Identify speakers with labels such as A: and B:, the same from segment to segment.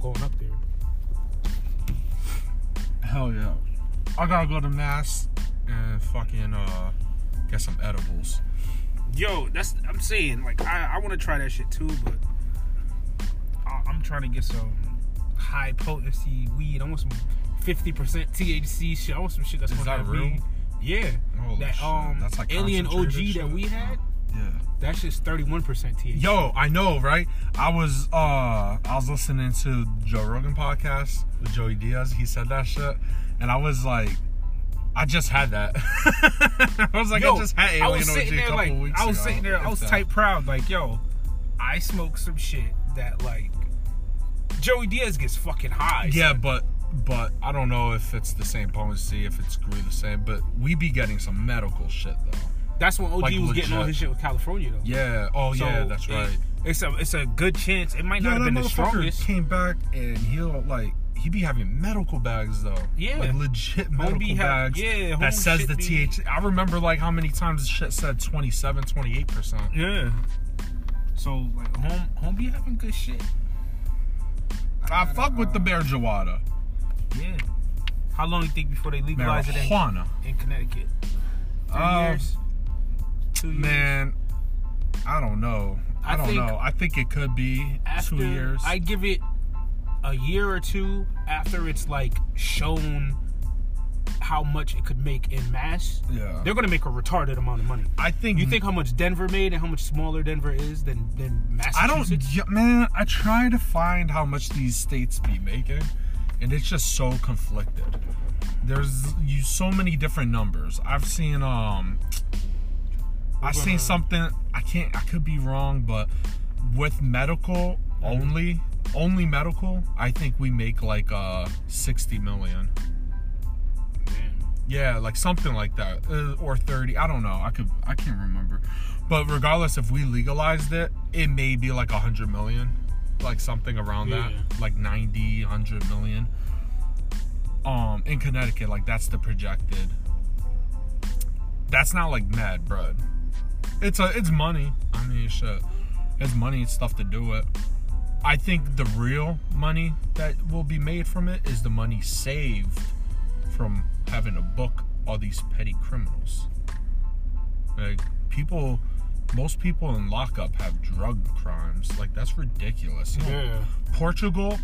A: going up there.
B: Hell yeah. I gotta go to mass and fucking uh get some edibles.
A: Yo, that's I'm saying. Like I, I want to try that shit too, but I, I'm trying to get some high potency weed. I want some 50% THC shit. I want some shit that's
B: Is
A: gonna
B: that
A: have
B: real?
A: me- Yeah.
B: Holy
A: that
B: shit,
A: um
B: that's like
A: alien OG
B: concentrated
A: that
B: shit?
A: we had.
B: Yeah.
A: That shit's 31% THC.
B: Yo, I know, right? I was uh I was listening to Joe Rogan podcast with Joey Diaz. He said that shit, and I was like, I just had that. I was like, I just had alien
A: I was
B: OG
A: sitting
B: a
A: there
B: couple
A: like
B: weeks
A: I was
B: ago,
A: sitting there, I
B: if
A: was
B: that.
A: type proud, like, yo, I smoked some shit that like Joey Diaz gets fucking high.
B: Yeah, but but I don't know if it's the same potency, if it's grew the same. But we be getting some medical shit though.
A: That's when OG
B: Like,
A: was getting all
B: legit.
A: his shit with California though.
B: Yeah. Oh yeah,
A: So,
B: that's
A: it-
B: right.
A: it's a it's a good chance. It might
B: Yeah,
A: not have
B: that
A: been the
B: motherfucker
A: strongest.
B: came back and he'll like he be having medical bags though.
A: Yeah.
B: like legit medical
A: be ha-
B: bags.
A: yeah, home
B: that says
A: shit
B: the
A: be-
B: THC. I remember like how many times the shit said 27, 28 percent.
A: Yeah. So like home home be having good shit.
B: I fuck with the bear jawada.
A: Yeah. How long you think before they legalize it in,
B: marijuana.
A: in Connecticut? Three
B: Um,
A: years. Two years.
B: Man, I don't know. I,
A: I
B: don't
A: think
B: know. I think it could be
A: after
B: two years.
A: I give it a year or two after it's like shown how much it could make in mass.
B: Yeah. Mm.
A: They're gonna make a retarded amount of money.
B: I think
A: You think how much Denver made and how much smaller Denver is than than
B: I don't,
A: Massachusetts?
B: yeah, man. I try to find how much these states be making, and it's just so conflicted. There's you so many different numbers. I've seen um, I've seen
A: gonna-
B: something. I can't. I could be wrong, but with medical
A: Mm-hmm.
B: only, only medical. I think we make like uh sixty million.
A: Man.
B: Yeah, like something like that, uh, or thirty. I don't know. I could. I can't remember. But regardless, if we legalized it, it may be like a hundred million, like something around
A: Yeah.
B: that, like 90, 100 million. Um, in Connecticut, like that's the projected. That's not like mad, bro. It's a. It's money. I mean, shit. It's money. It's stuff to do it. I think the real money that will be made from it is the money saved from having to book all these petty criminals. Like people, most people in lockup have drug crimes. Like that's ridiculous. You know,
A: Yeah.
B: Portugal,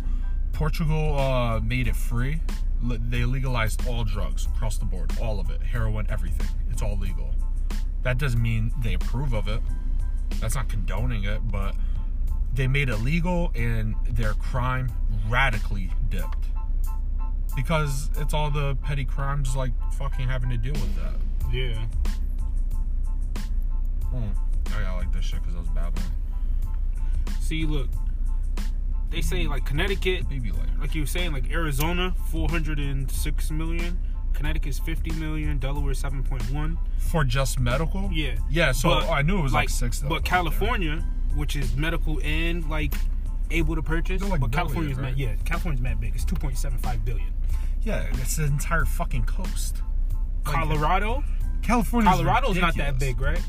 B: Portugal uh, made it free. Le- they legalized all drugs across the board, all of it, heroin, everything. It's all legal. That doesn't mean they approve of it. That's not condoning it, but they made it legal and their crime radically dipped because it's all the petty crimes like fucking having to deal with that.
A: Yeah.
B: Hmm. I got like this shit because I was babbling.
A: See, look, they say like Connecticut,
B: Maybe later.
A: like you were saying, like Arizona, 406 million, Connecticut's 50 million, Delaware 7.1.
B: For just medical?
A: Yeah.
B: Yeah, so
A: But,
B: I knew it was like, six.
A: But California, which is medical and like able to purchase,
B: They're like
A: but
B: billion,
A: California's
B: right?
A: not. Yeah, California's mad big. It's 2.75 billion.
B: Yeah, that's the entire fucking coast.
A: Colorado,
B: California.
A: Colorado's not that big, right?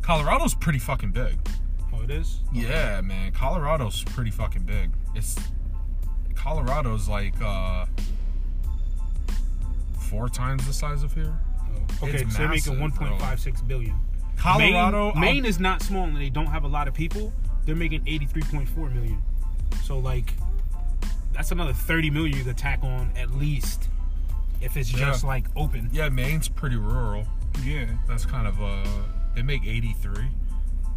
B: Colorado's pretty fucking big.
A: Oh, it is.
B: Yeah, man. Colorado's pretty fucking big. It's Colorado's like uh four times the size of here.
A: Oh. Okay,
B: It's
A: so they're making
B: massive, bro.
A: 1.56 billion.
B: Colorado,
A: Maine, Maine is not small, and they don't have a lot of people. They're making 83.4 million. So like, that's another 30 million you could tack on at least, if it's just
B: Yeah.
A: like open.
B: yeah, Maine's pretty rural.
A: Yeah.
B: That's kind of uh they make 83.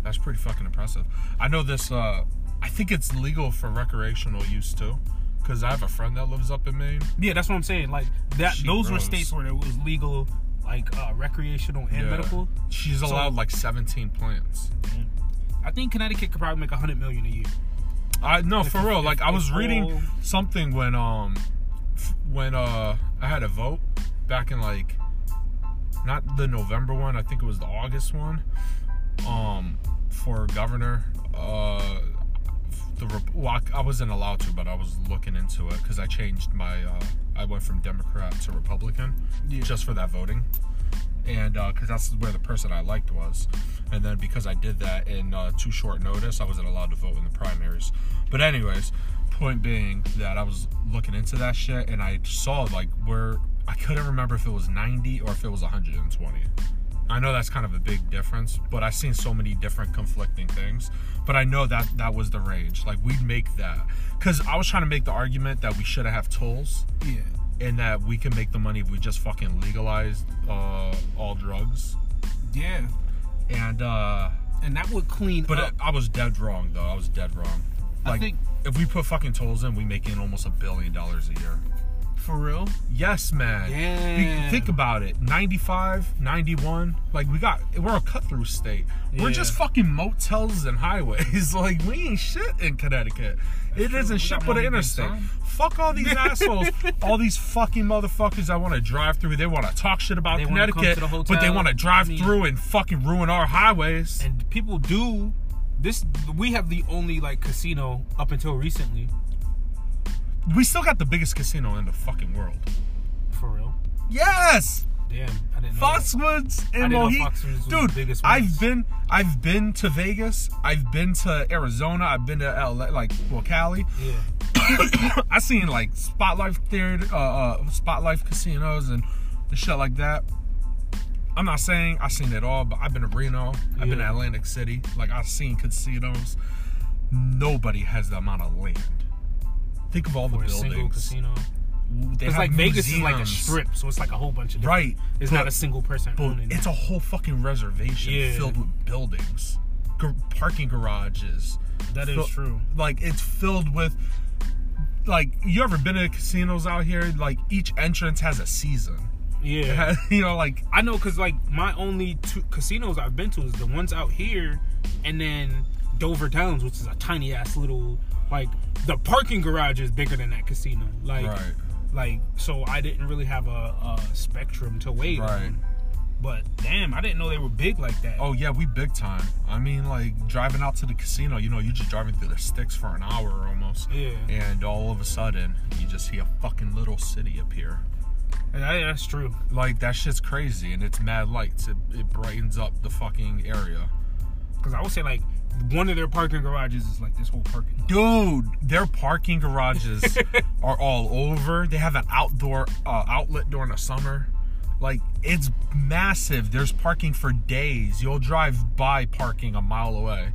B: That's pretty fucking impressive. I know this uh I think it's legal for recreational use too cuz I have a friend that lives up in Maine.
A: Yeah, that's what I'm saying. Like that,
B: She
A: those were
B: grows.
A: states where it was legal, like uh, recreational and
B: Yeah.
A: medical.
B: She's allowed like 17 plants.
A: I think Connecticut could probably make 100 million a year.
B: I no, for real. Like I was
A: if
B: reading
A: all-
B: something when um f- when uh I had a vote back in like not the November one, I think it was the August one. Um for governor uh the rep- well, I, I wasn't allowed to, but I was looking into it cuz I changed my uh I went from Democrat to Republican just for that voting and because that's where the person I liked was, and then because I did that in uh, too short notice, I wasn't allowed to vote in the primaries. But anyways, point being that I was looking into that shit and I saw like where I couldn't remember if it was 90 or if it was 120. I know that's kind of a big difference, but I've seen so many different conflicting things. But I know that that was the range. Like we'd make that because I was trying to make the argument that we should have tolls
A: Yeah.
B: and that we can make the money if we just fucking legalized uh, all drugs.
A: Yeah.
B: And uh,
A: And that would clean
B: but
A: up.
B: I, I was dead wrong though. I was dead wrong.
A: I
B: Like
A: think-
B: if we put fucking tolls in, we make in almost a billion dollars a year.
A: for real?
B: Yes, man.
A: Damn.
B: think about it. 95, 91. Like we got we're a cut through state. We're
A: Yeah.
B: just fucking motels and highways. Like we ain't shit in Connecticut. it
A: true.
B: isn't
A: We
B: shit
A: got
B: but an
A: money big
B: interstate.
A: time.
B: Fuck all these assholes. All these fucking motherfuckers that want to drive through. They want to talk shit about
A: They wanna come
B: Connecticut,
A: to the
B: but they
A: hotel.
B: want to drive
A: I mean-
B: through and fucking ruin our highways.
A: And people do. This we have the only like casino up until recently,
B: we still got the biggest casino in the fucking world.
A: for real.
B: Yes.
A: Damn, I didn't know. that.
B: Foxwoods and
A: I didn't know
B: Mohegan.
A: Foxwoods was the
B: Dude,
A: biggest one.
B: I've been I've been to Vegas. I've been to Arizona. I've been to LA, like well Cali.
A: Yeah,
B: I seen like Spotlight theater, uh, uh, Spotlight casinos and the shit like that. I'm not saying I seen it all, but I've been to Reno. I've been to
A: Yeah.
B: Atlantic City. Like I've seen casinos. Nobody has the amount of land. Think of all the
A: for a
B: buildings.
A: single casino.
B: They
A: It's
B: have
A: like Vegas is like a
B: museums.
A: strip, so it's like a whole bunch of different-
B: Right.
A: It's not a single person
B: But
A: owning
B: it's
A: it.
B: a whole fucking reservation
A: Yeah.
B: filled with buildings, gar- parking garages.
A: That is
B: Fill-
A: true.
B: Like it's filled with. Like you ever been to casinos out here? Like each entrance has a season. It
A: Yeah,
B: has- you know, like
A: I know because like my only two casinos I've been to is the ones out here, and then Dover Downs, which is a tiny ass little like the parking garage is bigger than that casino. Like,
B: Right.
A: like so I didn't really have a, a spectrum to wait
B: Right.
A: on. But damn, I didn't know they were big like that.
B: oh yeah, we big time. I mean, like driving out to the casino, you know, you're just driving through the sticks for an hour almost.
A: Yeah.
B: And all of a sudden, you just see a fucking little city appear.
A: And that- that's true.
B: Like that shit's crazy, and it's mad lights. It, it brightens up the fucking area.
A: Because I would say like one of their parking garages is like this whole parking. lot.
B: dude their parking garages are all over they have an outdoor uh, outlet during the summer like it's massive there's parking for days you'll drive by parking a mile away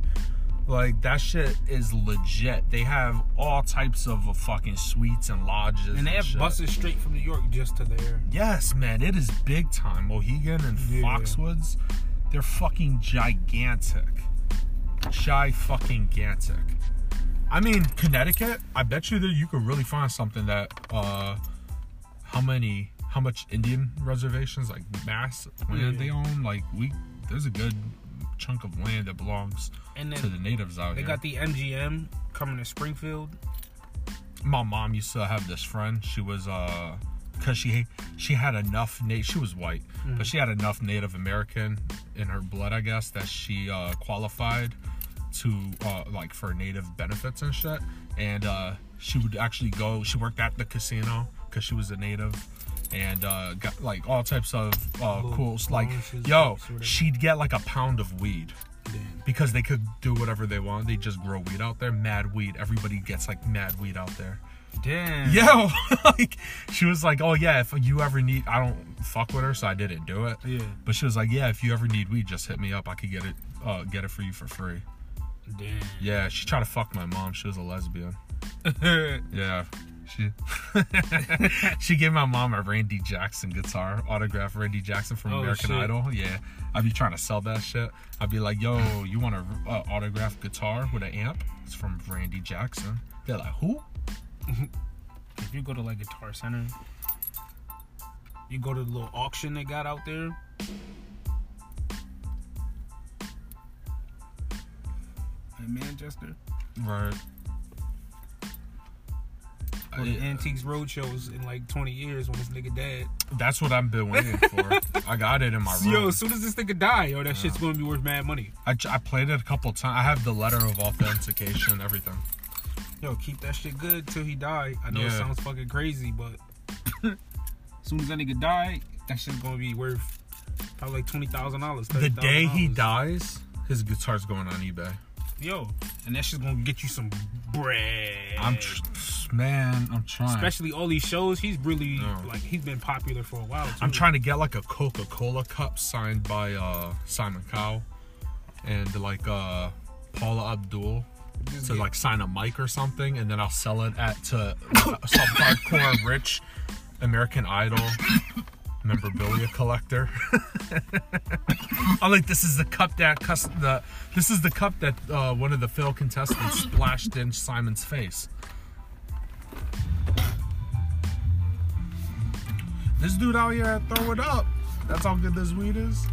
B: like that shit is legit they have all types of uh, fucking suites and lodges
A: And they have
B: shit.
A: buses straight from New York just to there.
B: yes man it is big time mohegan and
A: Yeah.
B: foxwoods they're fucking gigantic shy fucking gantic I mean, Connecticut. I bet you that you could really find something that. uh How many? How much Indian reservations, like mass land
A: Yeah.
B: they own? Like we, there's a good chunk of land that belongs
A: And
B: to
A: then
B: the natives out
A: They
B: here.
A: got the MGM coming to Springfield.
B: My mom used to have this friend. She was uh. Cause she she had enough na she was white,
A: Mm.
B: but she had enough Native American in her blood, I guess, that she uh, qualified to uh, like for Native benefits and shit. And uh, she would actually go. She worked at the casino because she was a Native, and uh, got like all types of uh,
A: Little
B: cool like
A: bonuses,
B: yo.
A: sort of.
B: She'd get like a pound of weed because they could do whatever they want. They just grow weed out there, mad weed. Everybody gets like mad weed out there.
A: Damn.
B: Yeah, like she was like, "Oh yeah, if you ever need, I don't fuck with her, so I didn't do it."
A: Yeah.
B: But she was like, "Yeah, if you ever need weed, just hit me up. I could get it, uh, get it for you for free."
A: Damn.
B: Yeah, she tried to fuck my mom. She was a lesbian. Yeah, she she gave my mom a Randy Jackson guitar, autograph Randy Jackson from
A: Oh,
B: American
A: shit.
B: Idol. Yeah, I'd be trying to sell that shit. I'd be like, "Yo, you want a uh, autograph guitar with an amp? It's from Randy Jackson." They're like, "Who?"
A: if you go to like Guitar Center, you go to the little auction they got out there. In Manchester,
B: Right.
A: go to
B: I-
A: Antiques Roadshows in like 20 years when this nigga dead.
B: That's what I've been waiting for. I got it in my room.
A: Yo, as soon as this nigga die, yo, that shit's gonna be worth mad money.
B: I, ch- I played it a couple times. I have the letter of authentication, everything.
A: Yo, keep that shit good till he die. I know it
B: Yeah.
A: sounds fucking crazy, but as soon as that nigga die, that shit's gonna be worth Probably like twenty thousand dollars.
B: The day he dies, his guitar's going on eBay.
A: yo, and that shit's gonna get you some bread.
B: I'm tr- man, I'm trying.
A: especially all these shows. He's really
B: No.
A: like he's been popular for a while.
B: I'm
A: too.
B: trying to get like a Coca-Cola cup signed by uh Simon Cowell and like uh Paula Abdul
A: Just
B: to
A: get-
B: like sign a mic or something and then I'll sell it at to some hardcore rich American Idol memorabilia collector. I'm like this is the cup that cus- the this is the cup that uh, one of the failed contestants splashed in Simon's face. This dude out here throw it up. That's how good this weed is.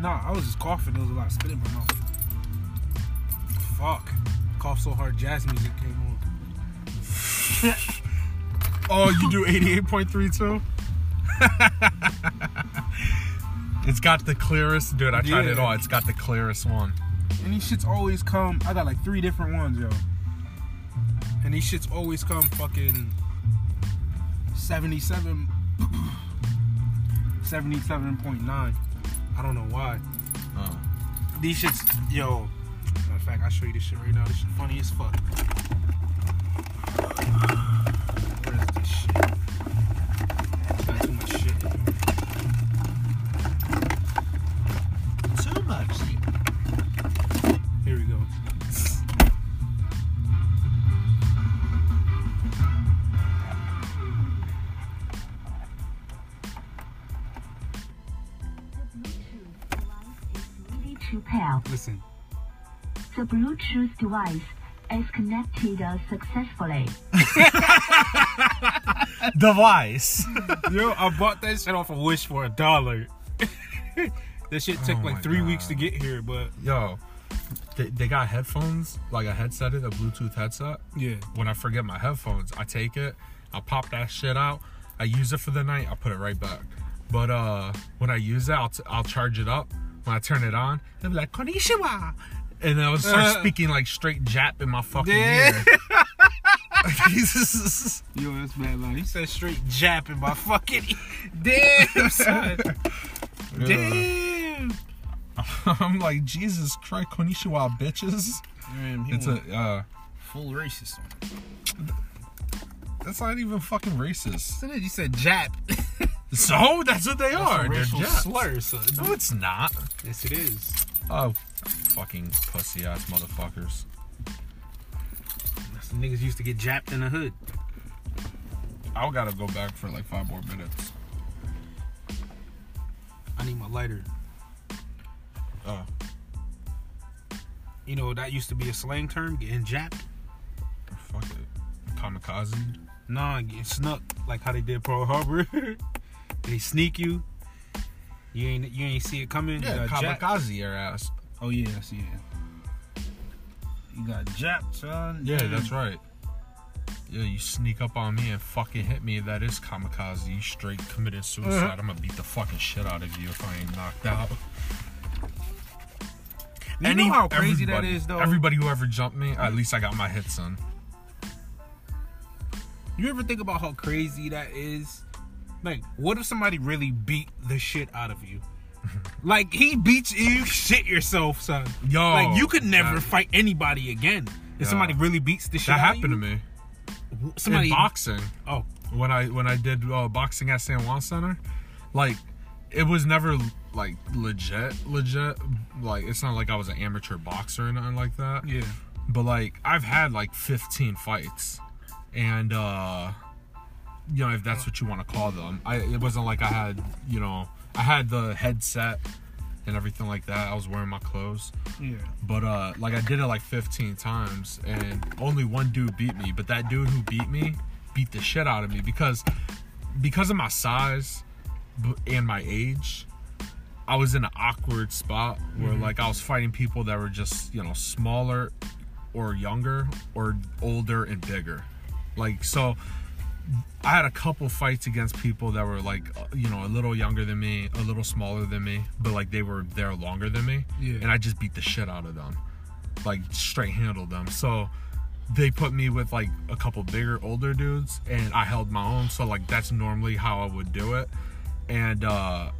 A: Nah, I was just coughing. There was a lot of spit in my mouth. Fuck. Cough so hard, jazz music came on.
B: Oh, you do 88.32? it's got the clearest, dude. I tried it
A: Yeah.
B: all. It's got the clearest one.
A: And these shits always come. I got like three different ones, yo. And these shits always come fucking 77. 77.9. I don't know why.
B: Oh.
A: These shits, yo. Matter of fact, I'll show you this shit right now. This shit funny as fuck. Where is this shit? Got too much shit.
B: Too much.
A: Here we go.
C: Bluetooth device is ready to pair.
A: Listen.
C: The Bluetooth device is connected uh, successfully.
B: Device.
A: Yo, I bought that shit off of Wish for a dollar. that shit took
B: Oh my
A: like three weeks to
B: God.
A: get here, but
B: Yo, they, they got headphones, like a headset, a Bluetooth headset.
A: yeah.
B: When I forget my headphones, I take it, I pop that shit out, I use it for the night, I put it right back. But uh when I use it, I'll, t- I'll charge it up. When I turn it on, it'll be like, Konnichiwa! And then I'll start
A: Uh.
B: speaking like straight Jap in my fucking
A: Yeah.
B: ear. Jesus.
A: Yo, that's bad line. He said straight jap in my fucking e- damn son.
B: Yeah.
A: Damn.
B: I'm like, Jesus Christ, Konnichiwa, bitches.
A: Man, he
B: It's a, uh,
A: full racist on it.
B: that's not even fucking racist.
A: So then you said jap.
B: So, that's what they are.
A: It's a
B: They're
A: racial
B: Japs.
A: slur, son.
B: No, it's not.
A: Yes, it is.
B: Oh, fucking pussy ass motherfuckers.
A: That's the niggas used to get japped in the hood.
B: I gotta go back for like five more minutes.
A: I need my lighter.
B: Oh,
A: You know, that used to be a slang term, getting japped.
B: fuck it. Kamikaze.
A: Nah, getting snuck, like how they did Pearl Harbor. they sneak you. You ain't you ain't see it coming. you got japped.
B: kamikaze your ass.
A: Oh yeah, I see it. You got japped, son.
B: Yeah, that's right. Yeah, you sneak up on me and fucking hit me. That is kamikaze. You straight committed suicide.
A: Uh-huh.
B: I'm gonna beat the fucking shit out of you if I ain't knocked out.
A: You
B: Any-
A: know how crazy that
B: everybody-
A: is, though.
B: Everybody who ever jumped me, at least I got my hits in.
A: you ever think about how crazy that is? Like, what if somebody really beat the shit out of you? like he beats you, you shit yourself, son.
B: Yo,
A: like you could never
B: that-
A: fight anybody again.
B: Yeah.
A: If somebody really beats the shit
B: That
A: out
B: happened to
A: of
B: me
A: you, somebody
B: in boxing.
A: Oh,
B: when I when I did uh, boxing at San Juan Center, like it was never like legit, legit. Like it's not like I was an amateur boxer or nothing like that.
A: yeah.
B: But like I've had like 15 fights, and uh, you know if that's what you want to call them, I it wasn't like I had you know I had the headset and everything like that. I was wearing my clothes.
A: Yeah.
B: But uh like I did it like 15 times and only one dude beat me, but that dude who beat me beat the shit out of me because because of my size b- and my age, I was in an awkward spot where like I was fighting people that were just, you know, smaller or younger or older and bigger. Like so I had a couple fights against people that were like, uh, you know, a little younger than me, a little smaller than me, but like they were there longer than me.
A: Yeah.
B: And I just beat the shit out of them, like straight handled them. So they put me with like a couple bigger, older dudes, and I held my own. So like that's normally how I would do it. And uh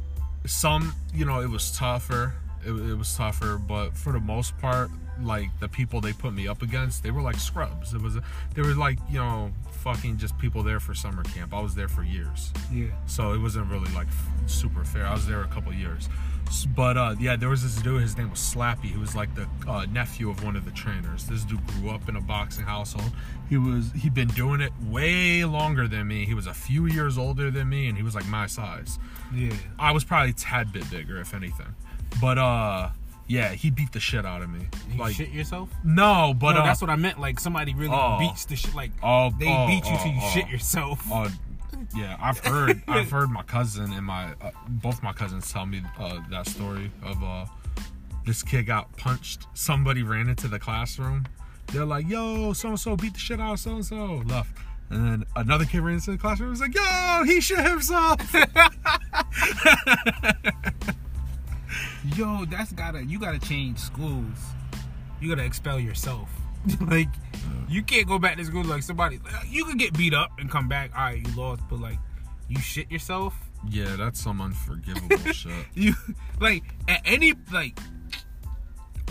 B: some you know it was tougher it, it was tougher but for the most part like the people they put me up against they were like scrubs it was they were like you know fucking just people there for summer camp i was there for years
A: Yeah.
B: so it wasn't really like f- super fair i was there a couple years S- but uh yeah there was this dude his name was slappy he was like the uh, nephew of one of the trainers this dude grew up in a boxing household he was he'd been doing it way longer than me he was a few years older than me and he was like my size
A: Yeah.
B: I was probably a tad bit bigger, if anything. But uh, yeah, he beat the shit out of me.
A: You
B: Like
A: shit yourself?
B: no, but
A: no,
B: uh,
A: that's what I meant. Like somebody really
B: Oh.
A: beats the shit. Like
B: Oh,
A: they
B: oh,
A: beat you
B: oh,
A: till you
B: oh.
A: shit yourself.
B: uh, yeah, I've heard, I've heard my cousin and my uh, both my cousins tell me uh, that story of uh, this kid got punched. Somebody ran into the classroom. They're like, "Yo, so and so beat the shit out of so and so." Left. And then another kid ran into the classroom. and Was like, "Yo, he shit himself."
A: Yo, that's gotta you gotta change schools. You gotta expel yourself. like you can't go back to school like somebody. You could get beat up and come back. All right, you lost, but like you shit yourself.
B: yeah, that's some unforgivable shit.
A: You like at any like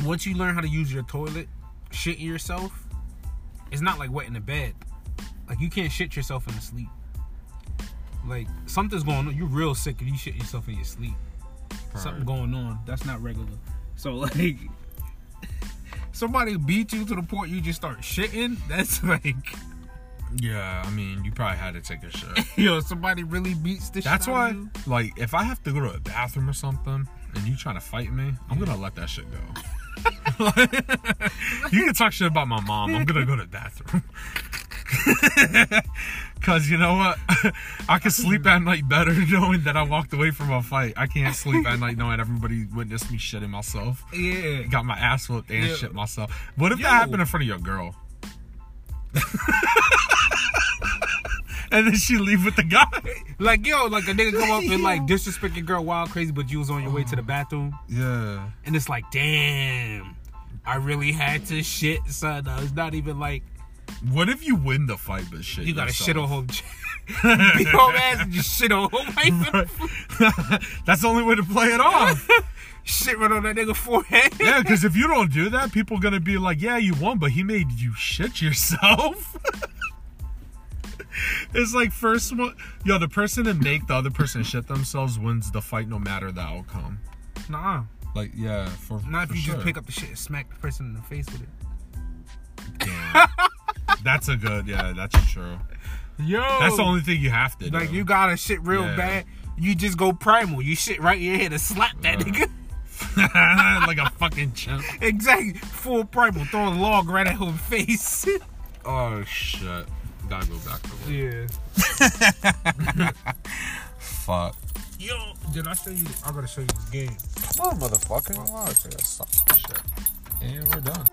A: once you learn how to use your toilet, shitting yourself, it's not like wet in the bed. Like you can't shit yourself in the sleep. Like something's going on. You're real sick if you shit yourself in your sleep. Something
B: Probably.
A: going on. That's not regular. So like somebody beat you to the point you just start shitting. That's like
B: Yeah, I mean, you probably had to take a shit.
A: yo, somebody really beats the
B: That's
A: shit. out
B: why,
A: of you.
B: like, if I have to go to a bathroom or something and you trying to fight me, I'm gonna let that shit go. you can talk shit about my mom. I'm gonna go to the bathroom. Cause you know what? I can sleep at night better knowing that I walked away from a fight. I can't sleep at night knowing everybody witnessed me shitting myself.
A: Yeah.
B: Got my ass whooped and
A: Yeah.
B: shit myself. What if
A: Yo.
B: that happened in front of your girl? and then she leave with the guy.
A: Like yo, like a nigga come up and like disrespect your girl wild crazy, but you was on your way to the
B: Oh.
A: bathroom,
B: Yeah.
A: and it's like, damn, I really had to shit, son. Uh, It's not even like
B: What if you win the fight, but shit?
A: you got to
B: yourself?
A: shit on home, beat home ass, and just shit on home wife.
B: That's the only way to play it off.
A: Shit right on that nigga forehead.
B: yeah, because if you don't do that, people gonna be like, "Yeah, you won, but he made you shit yourself." it's like first one, yo, the person that make the other person shit themselves wins the fight, no matter the outcome.
A: Nah,
B: Like, yeah, for
A: not
B: for
A: if you
B: sure.
A: just pick up the shit and smack the person in the face with it.
B: Damn. That's a good, yeah, that's true.
A: Yo,
B: That's the only thing you have to do.
A: like you gotta shit real
B: Yeah.
A: bad. You just go primal. You shit right in your head and slap that
B: Yeah.
A: nigga.
B: like a fucking chimp.
A: Exactly, full primal. Throw a log right at her face.
B: Oh shit. Gotta go back to work.
A: yeah.
B: Fuck.
A: Yo, did I show you? I gotta show you this game.
B: Come on, motherfucker. Watch. Shit. And we're done.